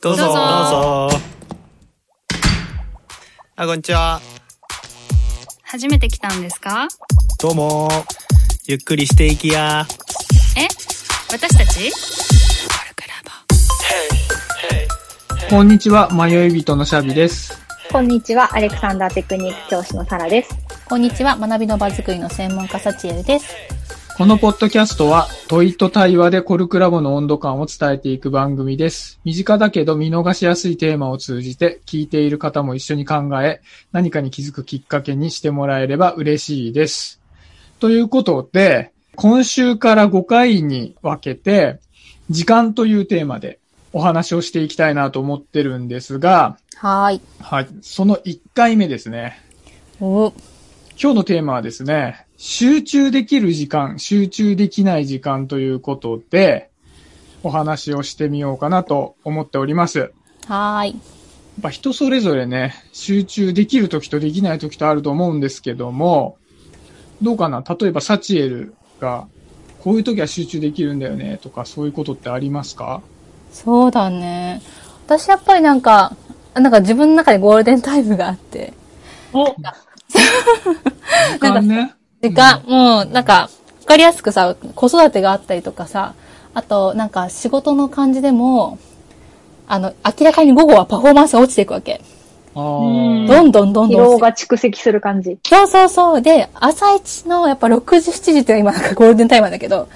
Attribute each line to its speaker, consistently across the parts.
Speaker 1: どうぞ
Speaker 2: どうぞ
Speaker 1: あこんにちは
Speaker 2: 初めて来たんですか
Speaker 1: どうもゆっくりしていきや
Speaker 2: え私たち
Speaker 3: こんにちは、迷い人のシャビです。
Speaker 4: こんにちは、アレクサンダーテクニック教師のサラです。
Speaker 5: こんにちは、学びの場作りの専門家、サチエルです。
Speaker 3: このポッドキャストは、問いと対話でコルクラボの温度感を伝えていく番組です。身近だけど見逃しやすいテーマを通じて、聞いている方も一緒に考え、何かに気づくきっかけにしてもらえれば嬉しいです。ということで、今週から5回に分けて、時間というテーマでお話をしていきたいなと思ってるんですが、
Speaker 5: はーい。
Speaker 3: はい、その1回目ですね。
Speaker 5: お
Speaker 3: 今日のテーマはですね、集中できる時間、集中できない時間ということで、お話をしてみようかなと思っております。やっ
Speaker 5: はーい。
Speaker 3: ぱ人それぞれね、集中できる時とできない時とあると思うんですけども、どうかな例えばサチエルが、こういう時は集中できるんだよねとか、そういうことってありますか
Speaker 5: そうだね。私やっぱりなんか、なんか自分の中でゴールデンタイムがあって、
Speaker 3: 時間ね。
Speaker 5: 時間、もうなんか、わかりやすくさ、子育てがあったりとかさ、あとなんか仕事の感じでも、あの、明らかに午後はパフォーマンスが落ちていくわけ。
Speaker 3: あー
Speaker 5: どんどんどん
Speaker 4: 疲
Speaker 5: どん落ちてい
Speaker 4: 労
Speaker 5: く。
Speaker 4: が蓄積する感じ。
Speaker 5: そうそうそう。で、朝一のやっぱ6時、7時って今なんかゴールデンタイムなんだけど、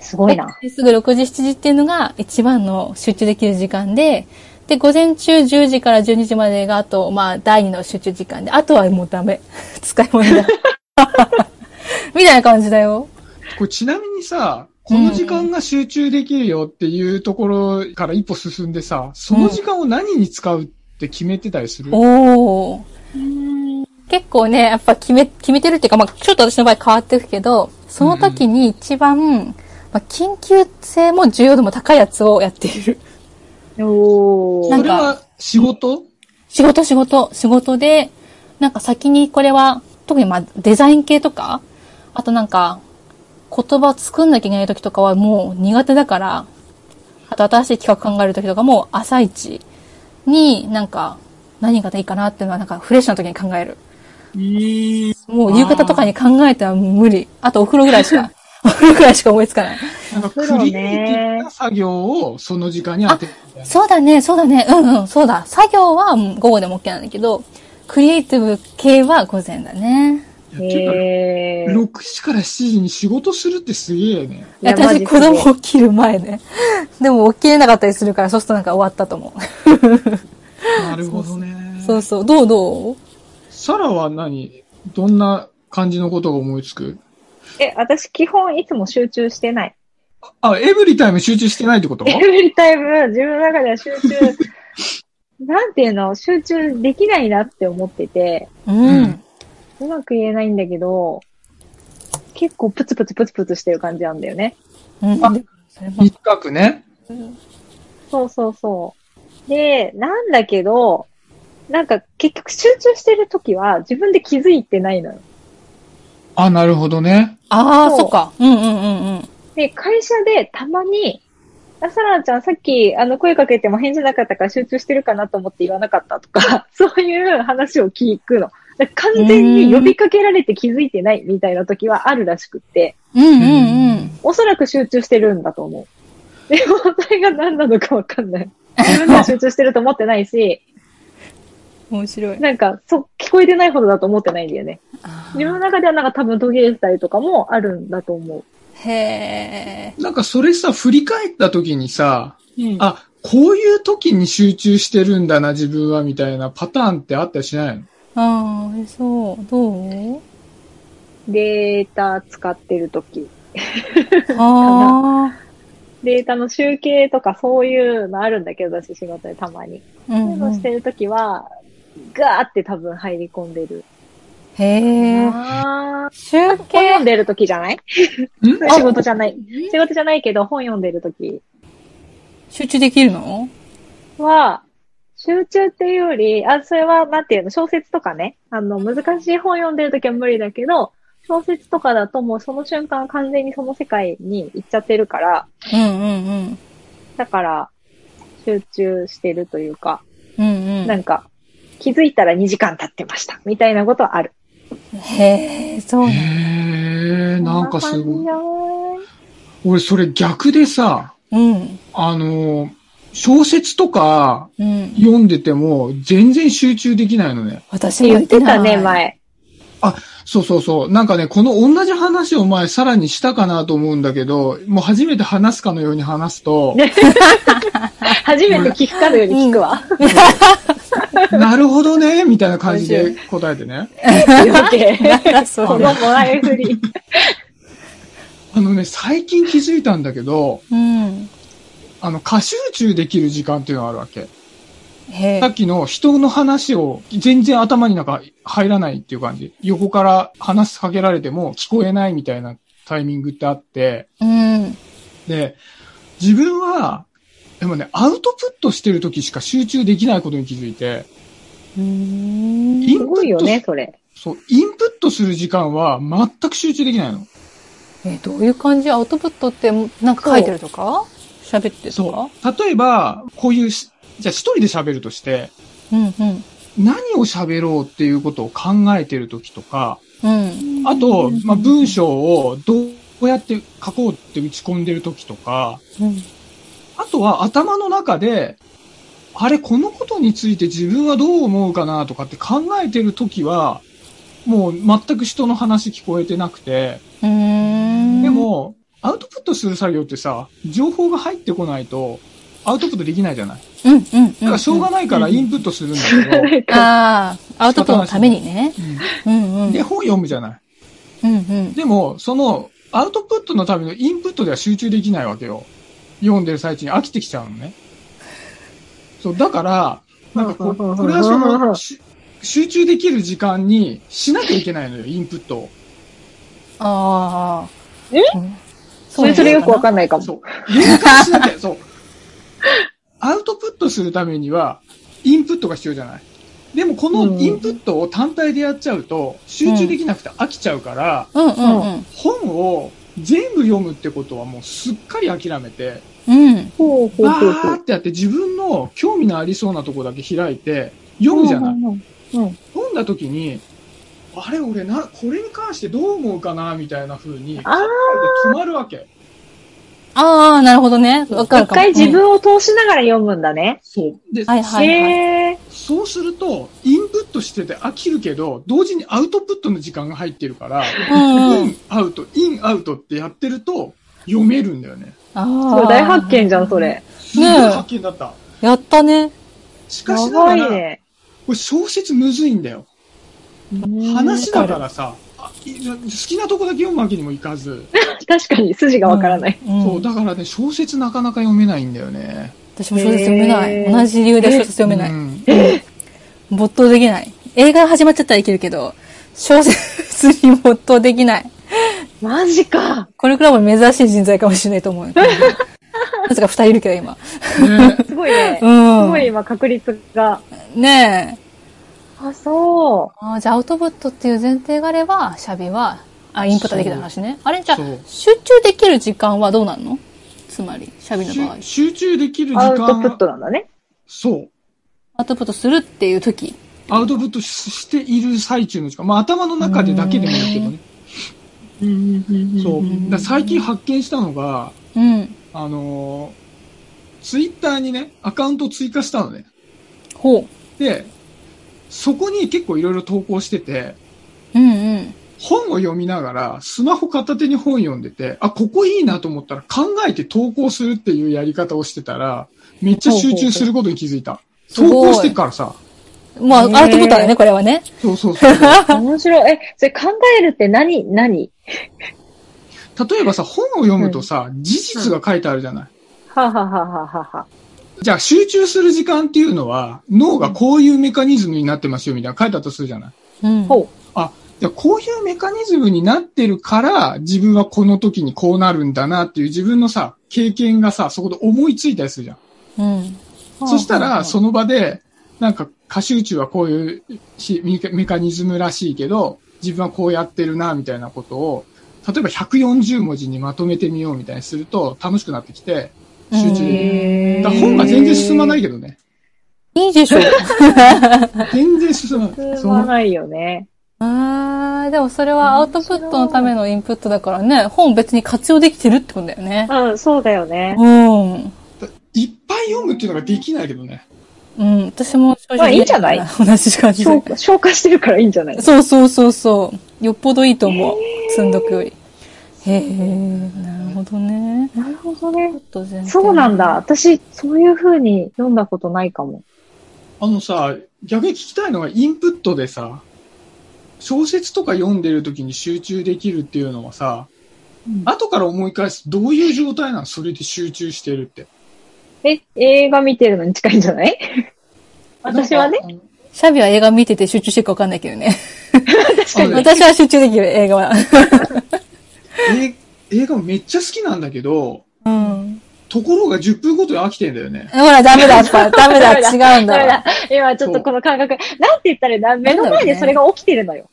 Speaker 4: すごいな。
Speaker 5: すぐ6時、7時っていうのが一番の集中できる時間で、で、午前中10時から12時までがあと、まあ、第2の集中時間で、あとはもうダメ。 使い物だ。 みたいな感じだよ。
Speaker 3: これちなみにさ、この時間が集中できるよっていうところから一歩進んでさ、その時間を何に使うって決めてたりする、
Speaker 5: おー。結構ね、やっぱ決め、決めてるっていうか、まあ、ちょっと私の場合変わっていくけど、その時に一番、まあ、緊急性も重要度も高いやつをやっている。
Speaker 4: お
Speaker 5: な
Speaker 3: そ
Speaker 4: ー。
Speaker 5: んか
Speaker 3: れは仕事
Speaker 5: 仕事仕事仕事でなんか先にこれは特にまあデザイン系とかあとなんか言葉を作んなきゃいけない時とかはもう苦手だからあと新しい企画考える時とかも朝一になんか何がいいかなっていうのはなんかフレッシュな時に考えるもう夕方とかに考えては無理あとお風呂ぐらいしかお風呂ぐらいしか思いつかない
Speaker 3: なんかク
Speaker 4: そう
Speaker 3: リエイティ
Speaker 4: ね
Speaker 3: ブな作業をその時間に当てるみたいな。
Speaker 5: そうだね、そうだね、うんうん、そうだ。作業はもう午後でも OK なんだけど、クリエイティブ系は午前だね。
Speaker 3: いやて
Speaker 4: へ
Speaker 3: か
Speaker 4: ー。
Speaker 3: 6時から7時に仕事するってすげえね。
Speaker 4: いやマジ
Speaker 5: 私
Speaker 4: すご
Speaker 5: 子
Speaker 4: い
Speaker 5: 供起きる前ね。 でも起きれなかったりするから、そうするとなんか終わったと思
Speaker 3: なるほどね
Speaker 5: う。。そうそう。どうどう
Speaker 3: サラは何どんな感じのことが思いつく
Speaker 4: え、私基本いつも集中してない。
Speaker 3: あ、エブリタイム集中してないってこと
Speaker 4: エブリタイム、自分の中では集中、 なんていうの、集中できないなって思ってて、
Speaker 5: うん。
Speaker 3: うん
Speaker 4: うまく言えないんだけど、結構プツプツプツプツしてる感じなんだよね。
Speaker 5: うん。
Speaker 3: あ
Speaker 5: でもそれも
Speaker 3: 短くね。
Speaker 4: そうそうそう。で、なんだけど、なんか結局集中してるときは自分で気づいてないのよ。
Speaker 3: あ、なるほどね。
Speaker 5: ああ、
Speaker 4: そう
Speaker 5: そっか。うんうんうんうん。
Speaker 4: で、会社でたまに、あ、さらちゃんさっきあの声かけても返事なかったから集中してるかなと思って言わなかったとか、 そういう話を聞くの。だから完全に呼びかけられて気づいてないみたいな時はあるらしくって、
Speaker 5: うんうんうん。
Speaker 4: おそらく集中してるんだと思う。でも、それが何なのかわかんない。自分では集中してると思ってないし、
Speaker 5: 面白い。
Speaker 4: なんか、そ、聞こえてないほどだと思ってないんだよね。
Speaker 5: あ
Speaker 4: 自分の
Speaker 5: ー
Speaker 4: 中ではなんか多分途切れてたりとかもあるんだと思
Speaker 5: へえ。
Speaker 3: なんかそれさ、振り返った時にさ、
Speaker 4: う。うん
Speaker 3: あ、こういう時に集中してるんだな、自分は、みたいなパターンってあったりしないの
Speaker 5: ああ、そう。 どう
Speaker 4: データ使ってるとき。
Speaker 5: あ
Speaker 4: データの集計とかそういうのあるんだけど、私仕事でたまに。
Speaker 5: あ。
Speaker 4: そ
Speaker 5: う、
Speaker 4: ういうん
Speaker 5: う
Speaker 4: のし
Speaker 5: ん。
Speaker 4: てるときは、ガーって多分入り込んでる。
Speaker 5: へえ。
Speaker 4: あー
Speaker 5: 集
Speaker 4: 本読ん
Speaker 5: 計。
Speaker 4: でるときじゃない
Speaker 3: ん
Speaker 4: 仕事じゃない。仕事じゃないけど、本読んでるとき
Speaker 5: 集中できるの
Speaker 4: は、集中っていうより、あ、それは、なんていうの、小説とかね、あの、難しい本読んでるときは無理だけど、小説とかだともうその瞬間完全にその世界に行っちゃってるから、
Speaker 5: うんうんうん。
Speaker 4: だから、集中してるというか、
Speaker 5: うんう
Speaker 4: なん
Speaker 5: ん。
Speaker 4: か、気づいたら2時間経ってました、みたいなことはある。
Speaker 5: へえ、そうなん
Speaker 3: へえ、なんかすごい。
Speaker 4: い。
Speaker 3: 俺、それ逆でさ、
Speaker 5: うん。
Speaker 3: あの、小説とか
Speaker 5: うん。
Speaker 3: 読んでても全然集中できないのね。
Speaker 5: 私
Speaker 4: 言ってた
Speaker 5: な
Speaker 4: ね、
Speaker 5: い。
Speaker 4: 前。
Speaker 3: そうそうそう。なんかね、この同じ話を前さらにしたかなと思うんだけど、もう初めて話すかのように話すと、
Speaker 4: 初めて聞くかのように聞くわ。
Speaker 3: なるほどね、みたいな感じで答えてね。
Speaker 4: 余計
Speaker 5: なんだそ
Speaker 4: こ
Speaker 5: れ
Speaker 4: のもらいふり。
Speaker 3: あのね、最近気づいたんだけど、
Speaker 5: うん。
Speaker 3: あの、過集中できる時間っていうのがあるわけ。
Speaker 5: へえ
Speaker 3: さ。っきの人の話を全然頭になんか入らないっていう感じ。横から話しかけられても聞こえないみたいなタイミングってあって、
Speaker 5: うん。
Speaker 3: で、自分は、でもね、アウトプットしてる時しか集中できないことに気づいて、
Speaker 5: うん。
Speaker 3: イ
Speaker 4: す
Speaker 3: ンプ
Speaker 4: ごい
Speaker 3: ッ
Speaker 4: よ
Speaker 3: ト
Speaker 4: ね、それ。
Speaker 3: そう、インプットする時間は全く集中できないの。
Speaker 5: え、どういう感じアウトプットって、なんか書いてるとか喋ってるとか
Speaker 3: そう。例えば、こういうし、じゃあ一人で喋るとして、
Speaker 5: うんうん。
Speaker 3: 何を喋ろうっていうことを考えてる時とか、
Speaker 5: うん。
Speaker 3: あと、まあ、文章をどうやって書こうって打ち込んでる時とか、
Speaker 5: うん。
Speaker 3: あとは頭の中で、あれ、このことについて自分はどう思うかなとかって考えてる時は、もう全く人の話聞こえてなくて、
Speaker 5: うーん。
Speaker 3: で、も、アウトプットする作業ってさ、情報が入ってこないと、アウトプットできないじゃない。
Speaker 5: うんうんうん。
Speaker 3: だからしょうがないからインプットするんだけど、
Speaker 5: ああ、アウトプットのためにね。うんう
Speaker 3: うん
Speaker 5: ん。
Speaker 3: で、本読むじゃない。
Speaker 5: うんうん。
Speaker 3: でも、その、アウトプットのためのインプットでは集中できないわけよ。読んでる最中に飽きてきちゃうのね。そう、だから、なんかこう、これはその、し集中できる時間にしなきゃいけないのよ、インプットを。
Speaker 5: ああ。
Speaker 4: え
Speaker 5: うん
Speaker 4: それ、それよくわ
Speaker 5: ん
Speaker 4: かんないかも。
Speaker 3: そう。変換しなきゃ、そう。アウトプットするためには、インプットが必要じゃない。でも、このインプットを単体でやっちゃうと、集中できなくて飽きちゃうから、
Speaker 5: うんうん
Speaker 3: 本を全部読むってことはもうすっかり諦めて、
Speaker 5: うん。うん。
Speaker 4: ほうほう
Speaker 3: わ
Speaker 4: ほうほ
Speaker 3: ー
Speaker 4: う。
Speaker 3: ってやって自分の興味のありそうなとこだけ開いて読むじゃない。
Speaker 4: い。
Speaker 3: 読んだ時に、あれ俺な、これに関してどう思うかなみたいな風に、
Speaker 4: あ
Speaker 3: 止まるわけ。
Speaker 5: ああ、なるほどね。わ
Speaker 4: あ、
Speaker 5: かる
Speaker 4: 一
Speaker 5: かも。
Speaker 4: 回自分を通しながら読むんだね。
Speaker 3: そう。で、
Speaker 5: はいはいはい。
Speaker 4: へえ。
Speaker 3: そうすると、インプットしてて飽きるけど、同時にアウトプットの時間が入ってるから、
Speaker 5: うんう
Speaker 3: イ
Speaker 5: ん。
Speaker 3: ン、アウト、イン、アウトってやってると、読めるんだよね。
Speaker 5: あ
Speaker 4: そ
Speaker 5: あ。
Speaker 4: う大発見じゃん、それ。
Speaker 3: すごい発見だった。
Speaker 5: やったね。
Speaker 3: しかし
Speaker 4: す
Speaker 3: な
Speaker 4: ご
Speaker 3: が
Speaker 4: い
Speaker 3: ら、
Speaker 4: ね。
Speaker 3: これ小説むずいんだよ。話だからさ、あい好きなとこだけ読むわけにもいかず、
Speaker 4: 確かに筋がわからない。
Speaker 5: うん。
Speaker 3: そう、だからね、小説なかなか読めないんだよね。
Speaker 5: 私も小説読めな
Speaker 4: へ
Speaker 5: い。
Speaker 4: ー
Speaker 5: 同じ理由で小説読めな
Speaker 3: う
Speaker 5: い。
Speaker 3: ん
Speaker 5: 没頭できない。映画始まっちゃったらいけるけど、小説に没頭できない。
Speaker 4: マジか。
Speaker 5: これくらいも珍しい人材かもしれない と思う。なぜか二人いるけど、今。
Speaker 3: ね
Speaker 4: すごいね。す
Speaker 5: うん。
Speaker 4: ごい今確率が。
Speaker 5: ねえ。
Speaker 4: あ、そ
Speaker 5: あーじゃあ、アウトプットっていう前提があれば、シャビは、あ、インプットできた話ね。あれじゃあ
Speaker 3: そう、
Speaker 5: 集中できる時間はどうなんのつまり、シャビの場合
Speaker 3: 集。集中できる
Speaker 4: う。
Speaker 3: 時
Speaker 4: アウトプッ
Speaker 3: 間
Speaker 4: ト、なんだね。
Speaker 3: そう、
Speaker 5: アウトプットするっていう時。
Speaker 3: アウトプットししている最中の時間、まあ頭の中でだけでもいいけどね。そう。だから最近発見したのが、
Speaker 5: うん。
Speaker 3: あのーツイッターにね、アカウントを追加したのね。
Speaker 5: ほ
Speaker 3: で、そこに結構いろいろ投稿してて、
Speaker 5: う。うんうん。
Speaker 3: 本を読みながら、スマホ片手に本読んでて、あ、ここいいなと思ったら考えて投稿するっていうやり方をしてたら、めっちゃ集中することに気づいた。
Speaker 5: ほう
Speaker 3: 投
Speaker 5: ほうほ
Speaker 3: 稿
Speaker 5: う
Speaker 3: してっからさ。
Speaker 5: まあ、
Speaker 4: ねえ
Speaker 5: アウトプットだよね、これはね。
Speaker 3: そうそうそう。
Speaker 4: 面白い。え、それ考えるって何何
Speaker 3: 例えばさ、本を読むとさ、事実が書いてあるじゃない。
Speaker 4: はははははは。
Speaker 3: じゃあ集中する時間っていうのは、脳がこういうメカニズムになってますよみたいなの書いてあったとするじゃない。
Speaker 5: うん。
Speaker 4: ほ
Speaker 3: あ、じゃあこういうメカニズムになってるから、自分はこの時にこうなるんだなっていう自分のさ、経験がさ、そこで思いついたりするじゃん。
Speaker 5: う。うん。
Speaker 3: そしたら、その場で、なんか、過集中はこういうしメカメカニズムらしいけど、自分はこうやってるな、みたいなことを、例えば140文字にまとめてみようみたいにすると楽しくなってきて、集中。
Speaker 4: へ
Speaker 3: だか
Speaker 4: ー
Speaker 3: ら本が全然進まないけど ね。
Speaker 5: いいでしょ。
Speaker 3: 全然進まない。
Speaker 4: 進
Speaker 3: そ
Speaker 4: ま
Speaker 3: の
Speaker 4: ないよね。
Speaker 5: あーでもそれはアウトプットのためのインプットだからね、本別に活用できてるってことだよね。
Speaker 4: うん、そうだよね。
Speaker 5: うん。
Speaker 3: いっぱい読むっていうのができないけどね。
Speaker 5: うん。私も正
Speaker 4: まあ
Speaker 5: ね
Speaker 4: いいんじゃない
Speaker 5: 同じ感じ
Speaker 4: 消
Speaker 5: で。
Speaker 4: 化消化してるからいいんじゃない
Speaker 5: そうそうそうそう。よっぽどいいと思う。積んどくより。へえ、なるほどね。
Speaker 4: なるほどね。
Speaker 5: ちょっと全然
Speaker 4: そうなんだ。。私、そういう風に読んだことないかも。
Speaker 3: あのさ、逆に聞きたいのがインプットでさ、小説とか読んでる時に集中できるっていうのはさ、
Speaker 4: うん
Speaker 3: 後から思い返すどういう状態なのそれで集中してるって。
Speaker 4: え、映画見てるのに近いんじゃない 私はね。
Speaker 3: なんか。
Speaker 5: シャビは映画見てて集中してるかわかんないけど ね。
Speaker 4: 確
Speaker 3: かに
Speaker 5: 私は集中できる、映画は。
Speaker 3: あのえ映画めっちゃ好きなんだけど、
Speaker 5: うん。
Speaker 3: ところが10分ごとに飽きてんだよね。
Speaker 5: ほら、ダメ だ、やっぱ。ダメだ、
Speaker 4: ダメ
Speaker 5: 違うん
Speaker 4: ダメ
Speaker 5: だ
Speaker 4: だ。今ちょっとこの感覚。なんて言ったらいいんだ目の前でそれが起きてるのよ。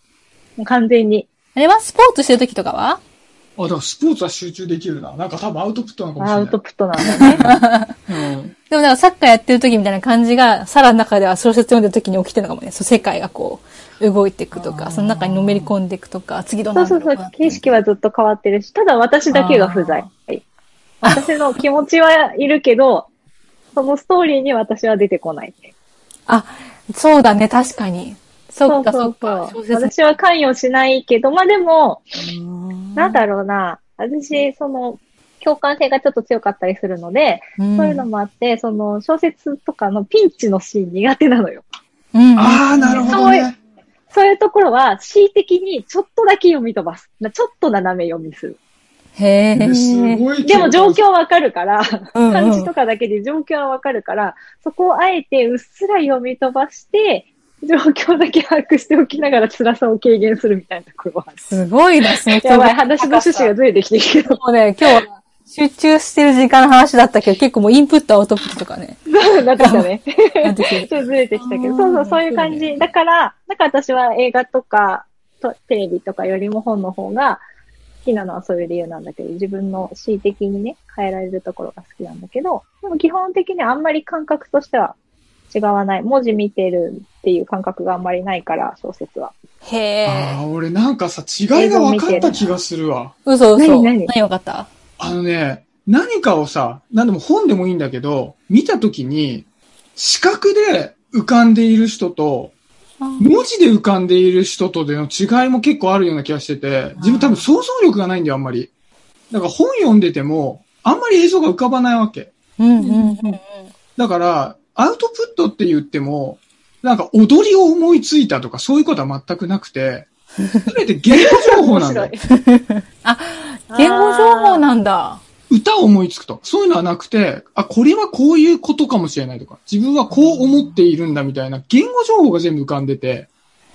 Speaker 4: もう完全に。
Speaker 5: あれはスポーツしてる時とかは
Speaker 3: あ、だからスポーツは集中できるな。なんか多分アウトプットなのかもしれ
Speaker 4: ア
Speaker 3: ない。
Speaker 4: ウトプットなんだね。
Speaker 3: うん。
Speaker 5: でもなんかサッカーやってる時みたいな感じが、サラの中では小説読んでる時に起きてるのかもね。そう、世界がこう、動いていくと
Speaker 3: あー
Speaker 5: か、その中にのめり込んでいくとか、次どう
Speaker 4: そ
Speaker 5: な
Speaker 4: う
Speaker 5: るの
Speaker 4: そうそ
Speaker 5: か
Speaker 4: う。景色はずっと変わってるし、ただ私だけが不在。私の気持ちはいるけど、そのストーリーに私は出てこない。
Speaker 5: あ、そうだね、確かに。そっか、そっか。
Speaker 4: そうそ
Speaker 5: 小
Speaker 4: う
Speaker 5: 説
Speaker 4: 私は関与しないけど、まあでも、なん
Speaker 5: ろ
Speaker 4: だろうな。私、その、共感性がちょっと強かったりするので、
Speaker 5: うん
Speaker 4: そういうのもあって、その、小説とかのピンチのシーン苦手なのよ。
Speaker 5: うん。
Speaker 3: ああ、なるほどね。
Speaker 4: そういうところは、恣意的にちょっとだけ読み飛ばす。なちょっと斜め読みする。
Speaker 5: へえ。
Speaker 3: すごい。
Speaker 4: でも状況わかるから、
Speaker 5: うんうん
Speaker 4: 漢字とかだけで状況はわかるから、そこをあえてうっすら読み飛ばして、状況だけ把握しておきながら辛さを軽減するみたいなところはある。
Speaker 5: すごいですね。
Speaker 4: やばい、話の趣旨がずれてきてるけど。
Speaker 5: もうね、今日は集中してる時間の話だったけど、結構もうインプットアウトプットとかね。
Speaker 4: なってきたね。
Speaker 5: なってくる
Speaker 4: ちょっとずれてきたけ
Speaker 5: あー
Speaker 4: ど、そうそう、そういう感
Speaker 5: そう
Speaker 4: じ。だから、なんか私は映画とか、とテレビとかよりも本の方が好きなのはそういう理由なんだけど、自分の恣意的にね、変えられるところが好きなんだけど、でも基本的にあんまり感覚としては違わない。文字見てるっていう感覚があんまりないから、小説は。
Speaker 5: へ
Speaker 3: あ
Speaker 5: え。
Speaker 3: あ、俺なんかさ、違いが分かった気がするわ。
Speaker 5: 嘘嘘。
Speaker 4: 何何
Speaker 5: 何よかった
Speaker 3: あのね、何かをさ、何でも本でもいいんだけど、見たときに、視覚で浮かんでいる人と、文字で浮かんでいる人とでの違いも結構あるような気がしてて、自分多分想像力がないんだよ、あんまり。だから本読んでても、あんまり映像が浮かばないわけ。
Speaker 5: うんうんうん。
Speaker 3: だから、アウトプットって言っても、なんか踊りを思いついたとかそういうことは全くなくて、すべて言語情報なんだよ。
Speaker 5: 言語情報なんだ。
Speaker 3: 歌を思いつくと。そういうのはなくて、あ、これはこういうことかもしれないとか、自分はこう思っているんだみたいな言語情報が全部浮かんでて、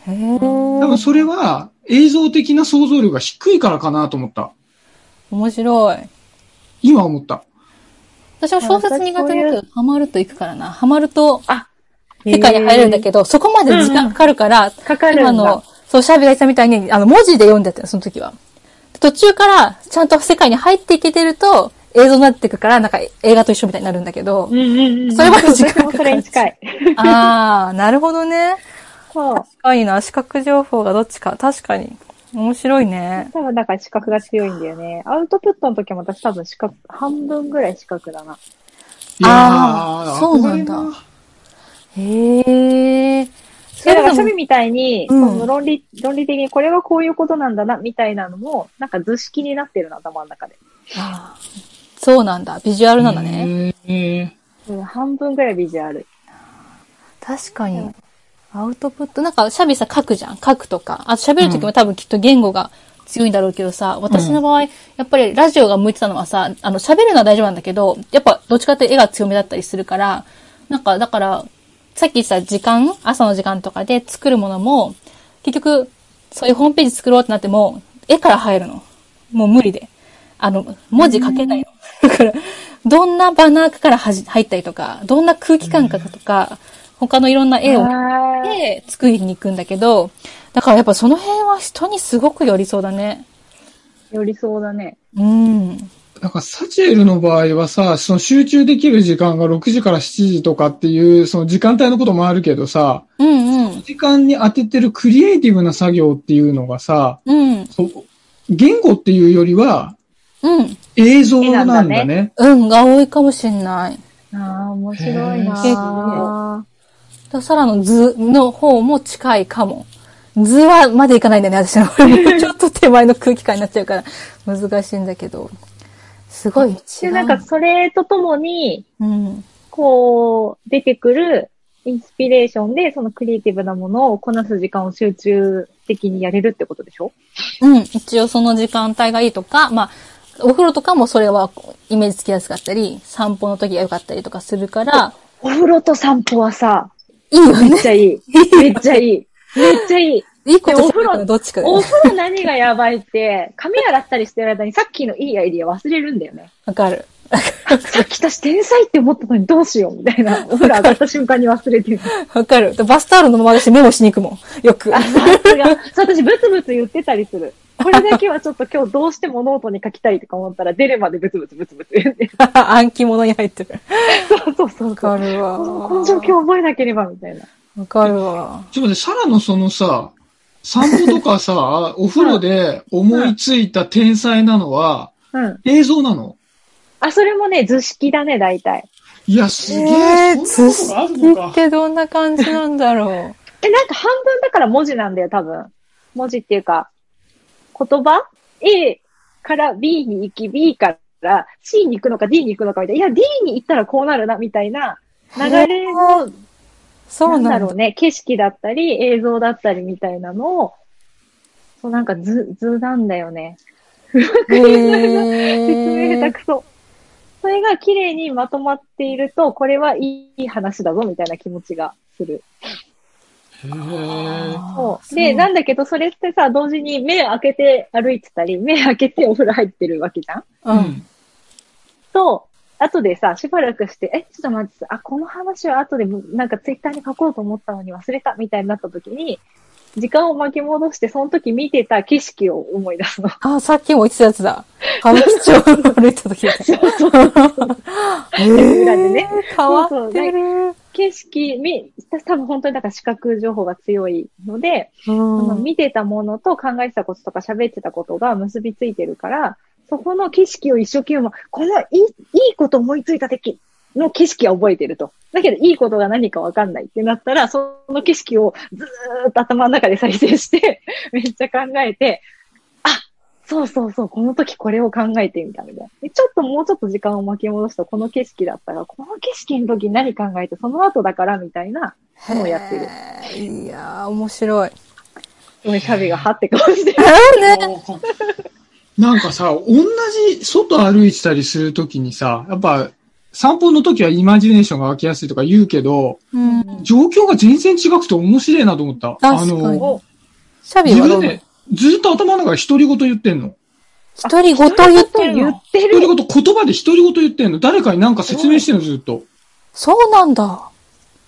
Speaker 5: へえ。
Speaker 3: 多分それは映像的な想像力が低いからかなと思った。
Speaker 5: 面白い。
Speaker 3: 今思った。
Speaker 5: 私は小説苦手だけど、ハマると行くからな。ハマると、
Speaker 4: あ
Speaker 5: 世界に入るんだけど、そこまで時間かかるから、
Speaker 4: かかる
Speaker 5: 今
Speaker 4: んだ
Speaker 5: の。、そう、シャビが言ってたみたいに、あの、文字で読んでたよ、その時は。途中から、ちゃんと世界に入っていけてると、映像になってくから、なんか映画と一緒みたいになるんだけど
Speaker 4: う、んうんうん。
Speaker 5: それまで時間かか
Speaker 4: も
Speaker 5: る
Speaker 4: それに近い。
Speaker 5: ああ、なるほどね。
Speaker 4: そう。
Speaker 5: 近いな、視覚情報がどっちか、確かに。面白いね。
Speaker 4: 多分だから視覚が強いんだよね。アウトプットの時も私多分視覚、半分ぐらい視覚だな。
Speaker 3: いやー
Speaker 5: あーそうなんだ
Speaker 3: 憧れな
Speaker 5: へえ。
Speaker 4: だから、シャビみたいに、
Speaker 5: うん
Speaker 4: その論理、論理的にこれはこういうことなんだな、みたいなのも、なんか図式になってるの、頭の中で。
Speaker 5: あーそうなんだ。ビジュアルなんだね。
Speaker 3: へー
Speaker 4: うん、半分ぐらいビジュアル。
Speaker 5: 確かに。アウトプット、なんか、シャビさ、書くじゃん。書くとか。あと、喋るときも多分きっと言語が強いんだろうけどさ、私の場合、やっぱりラジオが向いてたのはさ、あの、喋るのは大丈夫なんだけど、やっぱ、どっちかっていうと絵が強めだったりするから、なんか、だから、さっき言ってた時間、朝の時間とかで作るものも、結局、そういうホームページ作ろうってなっても、絵から入るの。もう無理で。あの、文字書けないの。だから、どんなバナーからはじ入ったりとか、どんな空気感かとか、他のいろんな絵を
Speaker 4: あー
Speaker 5: で作りに行くんだけど、だからやっぱその辺は人にすごく寄りそうだね。
Speaker 4: 寄りそうだね。
Speaker 5: うん。
Speaker 3: なんかサチエルの場合はさ、その集中できる時間が6時から7時とかっていう、その時間帯のこともあるけどさ、
Speaker 5: うんうん。
Speaker 3: 時間に当ててるクリエイティブな作業っていうのがさ、
Speaker 5: うん。
Speaker 3: そう言語っていうよりは
Speaker 5: うん。
Speaker 3: 映像なんだ
Speaker 4: 絵なんだ
Speaker 3: ね。
Speaker 5: うんが多いかもしれない。
Speaker 4: ああ、面白い
Speaker 3: へー
Speaker 4: な
Speaker 5: 結構だからサラの図の方も近いかも。図はまでいかないんだよね、私の。 ちょっと手前の空気感になっちゃうから、難しいんだけど。すごい違
Speaker 4: で、
Speaker 5: う。
Speaker 4: なんか、それとともに、
Speaker 5: うん。
Speaker 4: こう、出てくるインスピレーションで、そのクリエイティブなものをこなす時間を集中的にやれるってことでしょ
Speaker 5: うん。一応その時間帯がいいとか、まあ、お風呂とかもそれはイメージつきやすかったり、散歩の時が良かったりとかするから、
Speaker 4: お風呂と散歩はさ、
Speaker 5: いいよ
Speaker 4: めっ
Speaker 5: ね。
Speaker 4: ちゃいい。めっちゃいい。めっちゃいい。
Speaker 5: いいこと
Speaker 4: でお風呂
Speaker 5: じゃないどっちかだよ
Speaker 4: お
Speaker 5: ね。
Speaker 4: 風呂何がやばいって、髪洗ったりしてる間にさっきのいいアイディア忘れるんだよね。
Speaker 5: わかる。
Speaker 4: さっき私天才って思ったのにどうしようみたいな。お風呂上がった瞬間に忘れてる。
Speaker 5: わかる。バスタオルのまま私メモしに行くもん。よく。
Speaker 4: あ、さすが。そう、私ブツブツ言ってたりする。これだけはちょっと今日どうしてもノートに書きたいとか思ったら出るまでブツブツブツブツ言って。
Speaker 5: 暗記物に入ってる。
Speaker 4: そうそうそう
Speaker 5: わか
Speaker 4: そう。
Speaker 5: るわ。
Speaker 4: このこの状況を覚えなければみたいな。
Speaker 5: わかるわ。
Speaker 3: ちょっと待って、サラのそのさ、散歩とかさ、お風呂で思いついた天才なのは
Speaker 4: うん。
Speaker 3: 映像なの
Speaker 4: あ、それもね、図式だね、大体。
Speaker 3: いや、すげえ、そんなこと
Speaker 5: 図式
Speaker 3: があるのか
Speaker 5: っ。てどんな感じなんだろ
Speaker 4: え、なんか半分だから文字なんだよ、多分。文字っていうか、言葉 ?A から B に行き、B から C に行くのか D に行くのかみたいな。いや、D に行ったらこうなるな、みたいな流れの、
Speaker 5: う。そう
Speaker 4: なん
Speaker 5: な
Speaker 4: だ
Speaker 5: ん
Speaker 4: ろう
Speaker 5: だ。
Speaker 4: ね、景色だったり、映像だったりみたいなのを、そうなんか図、図なんだよね。説明下手
Speaker 5: へー
Speaker 4: くそ。それが綺麗にまとまっていると、これはいい話だぞ、みたいな気持ちがする。
Speaker 3: へえ。
Speaker 5: あ
Speaker 4: そう。
Speaker 5: ー
Speaker 4: で、なんだけど、それってさ、同時に目開けて歩いてたり、 目開けてお風呂入ってるわけじゃん
Speaker 5: う。
Speaker 3: うんん。
Speaker 4: と、後でさ、しばらくして、え、ちょっと待って、あ、この話は後でも、なんかツイッターに書こうと思ったのに忘れた、みたいになった時に、時間を巻き戻して、その時見てた景色を思い出 すの。
Speaker 5: あ、さっきも言ってたやつだ。歌舞伎町を歩いた時だ。 えー
Speaker 4: 裏でね。
Speaker 5: 変わってる。
Speaker 4: 景色、み、多分本当にだから視覚情報が強いので、その
Speaker 5: うん
Speaker 4: 見てたものと考えてたこととか喋ってたことが結びついてるから、そこの景色を一生懸命、このいい、いいこと思いついた時の景色は覚えてると。だけど、いいことが何かわかんないってなったら、その景色をずーっと頭の中で再生して、めっちゃ考えて、あ、そうそうそう、この時これを考えてみたみたいな。でちょっともうちょっと時間を巻き戻すと、この景色だったら、この景色の時何考えて、その後だからみたいなのをやってる。
Speaker 5: へーいやー、面白い。
Speaker 4: ごめん、シャビがはって顔してる。
Speaker 3: なんかさ、同じ外歩いてたりするときにさ、やっぱ散歩のときはイマジネーションが湧きやすいとか言うけど、
Speaker 5: うん。
Speaker 3: 状況が全然違くて面白いなと思った。
Speaker 5: 確かに
Speaker 3: あの、
Speaker 4: お
Speaker 5: シャビ
Speaker 3: 自
Speaker 5: はど
Speaker 3: 分
Speaker 5: うなの
Speaker 3: でずっと頭の中で独り言言ってんの。
Speaker 5: 一人ごと言ってる
Speaker 4: 言
Speaker 5: の
Speaker 4: って
Speaker 3: 独り
Speaker 4: る。
Speaker 3: 言、言葉で独り言言ってんの。誰かになんか説明してんの、ずっと。
Speaker 5: そうなんだ。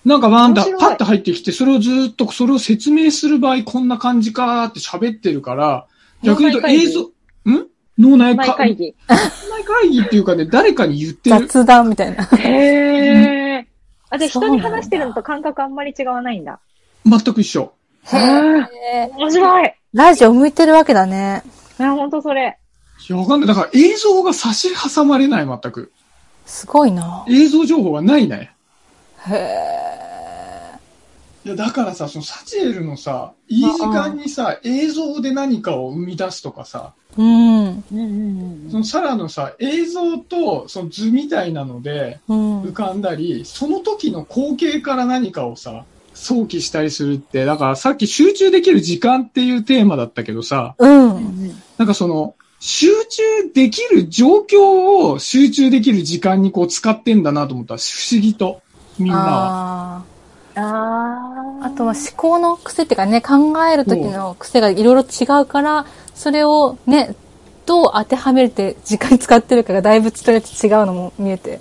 Speaker 3: なんかワンダ
Speaker 4: 面白い
Speaker 3: パッと入ってきて、それをずっと、それを説明する場合、こんな感じかーって喋ってるから、逆に言うと
Speaker 4: 脳内会議
Speaker 3: 映像、ん脳内
Speaker 4: 毎
Speaker 3: 会議。
Speaker 4: 会議。
Speaker 3: 脳内会議っていうかね、誰かに言ってる。
Speaker 5: 雑談みたいな。
Speaker 4: へー。あ、で、人
Speaker 5: そうなん
Speaker 4: に
Speaker 5: だ
Speaker 4: 話してるのと感覚あんまり違わないんだ。
Speaker 3: 全く一緒。
Speaker 5: へー
Speaker 4: 面白い。い
Speaker 5: ラジオ向いてるわけだね。
Speaker 4: や、ほんとそれ。
Speaker 3: いや、わかんない。だから映像が差し挟まれない、全く。
Speaker 5: すごいな。
Speaker 3: 映像情報がないね。
Speaker 5: へ
Speaker 3: いや、だからさ、そのサチエルのさ、いい時間にさ、映像で何かを生み出すとかさ、
Speaker 5: ーうん。
Speaker 4: うんうん
Speaker 3: そのサラのさ、映像とその図みたいなので
Speaker 5: うん
Speaker 3: 浮。かんだり、その時の光景から何かをさ、想起したりするって、だからさっき集中できる時間っていうテーマだったけどさ、
Speaker 5: うん。
Speaker 3: なんかその、集中できる状況を集中できる時間にこう使ってんだなと思った。不思議と、みんなは。
Speaker 5: あ
Speaker 4: あ
Speaker 5: ー
Speaker 4: ー。
Speaker 5: あとは思考の癖っていうかね、考える時の癖がいろいろ違うから、それをね、どう当てはめて時間使ってるかがだいぶそれと違うのも見えて。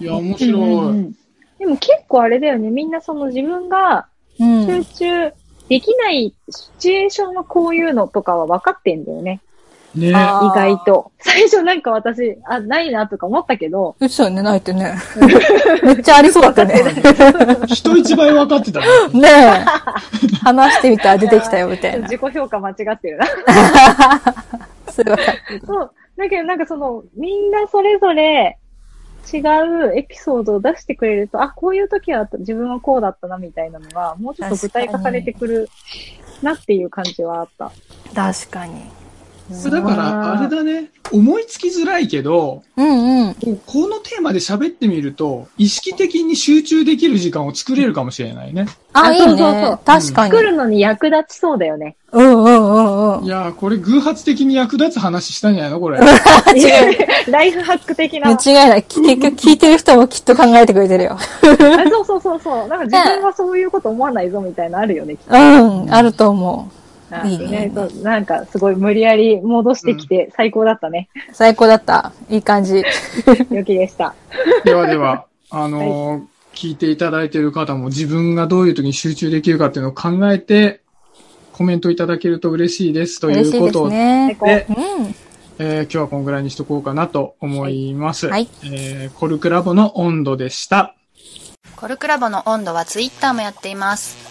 Speaker 3: いや、面
Speaker 4: うんう
Speaker 3: 白い。
Speaker 4: んでも結構あれだよね。みんなその自分が
Speaker 5: うん。
Speaker 4: 集中できないシチュエーションはこういうのとかは分かってんだよね。
Speaker 3: ね
Speaker 5: あー
Speaker 4: 意外と。最初なんか私、あ、ないなとか思ったけど、
Speaker 5: うちはね、ないってね。めっちゃありそうだっ たね。
Speaker 3: 人一倍分かってたね。
Speaker 5: ねえ。話してみたら出てきたよ、みたいな。
Speaker 4: 自己評価間違ってるな。
Speaker 5: すごい。
Speaker 4: そう。だけどなんかその、みんなそれぞれ違うエピソードを出してくれると、あ、こういう時は自分はこうだったなみたいなのが、もうちょっと具体化されてくるなっていう感じはあった。
Speaker 5: 確かに。
Speaker 3: だから、あれだね。思いつきづらいけど、
Speaker 5: うんうん。
Speaker 3: こうこのテーマで喋ってみると、意識的に集中できる時間を作れるかもしれないね。
Speaker 5: あ、
Speaker 4: あ
Speaker 5: いい
Speaker 4: そうそうそ
Speaker 5: ね
Speaker 4: う。
Speaker 5: 確かに
Speaker 4: 作。るのに役立ちそうだよね。
Speaker 5: うんうんうんう
Speaker 3: い
Speaker 5: ん。
Speaker 3: やー、これ偶発的に役立つ話したんじゃないのこれ。
Speaker 4: ライフハック的な。
Speaker 5: 間
Speaker 4: あ
Speaker 5: 違いない。き結局聞いてる人もきっと考えてくれてるよ。
Speaker 4: そうそうそうそう。なんか自分はそういうこと思わないぞみたいなのあるよね。きっと
Speaker 5: うん、あると思
Speaker 4: あ
Speaker 5: いいね
Speaker 4: 意外となんかすごい無理やり戻してきて最高だった ね。
Speaker 5: う。最高だった。いい感じ。
Speaker 4: 良きでした。
Speaker 3: ではでは、あのー聞いていただいている方も自分がどういう時に集中できるかっていうのを考えて、コメントいただけると嬉しいですとい
Speaker 5: 嬉し
Speaker 3: う
Speaker 5: い
Speaker 3: こ
Speaker 5: で
Speaker 3: と
Speaker 5: す
Speaker 3: で、
Speaker 4: 最
Speaker 5: ね。
Speaker 4: 高。
Speaker 5: うん。
Speaker 3: えー今日はこんぐらいにしとこうかなと思います。
Speaker 5: はい
Speaker 3: えーコルクラボの温度でした。
Speaker 6: コルクラボの温度はツイッターもやっています。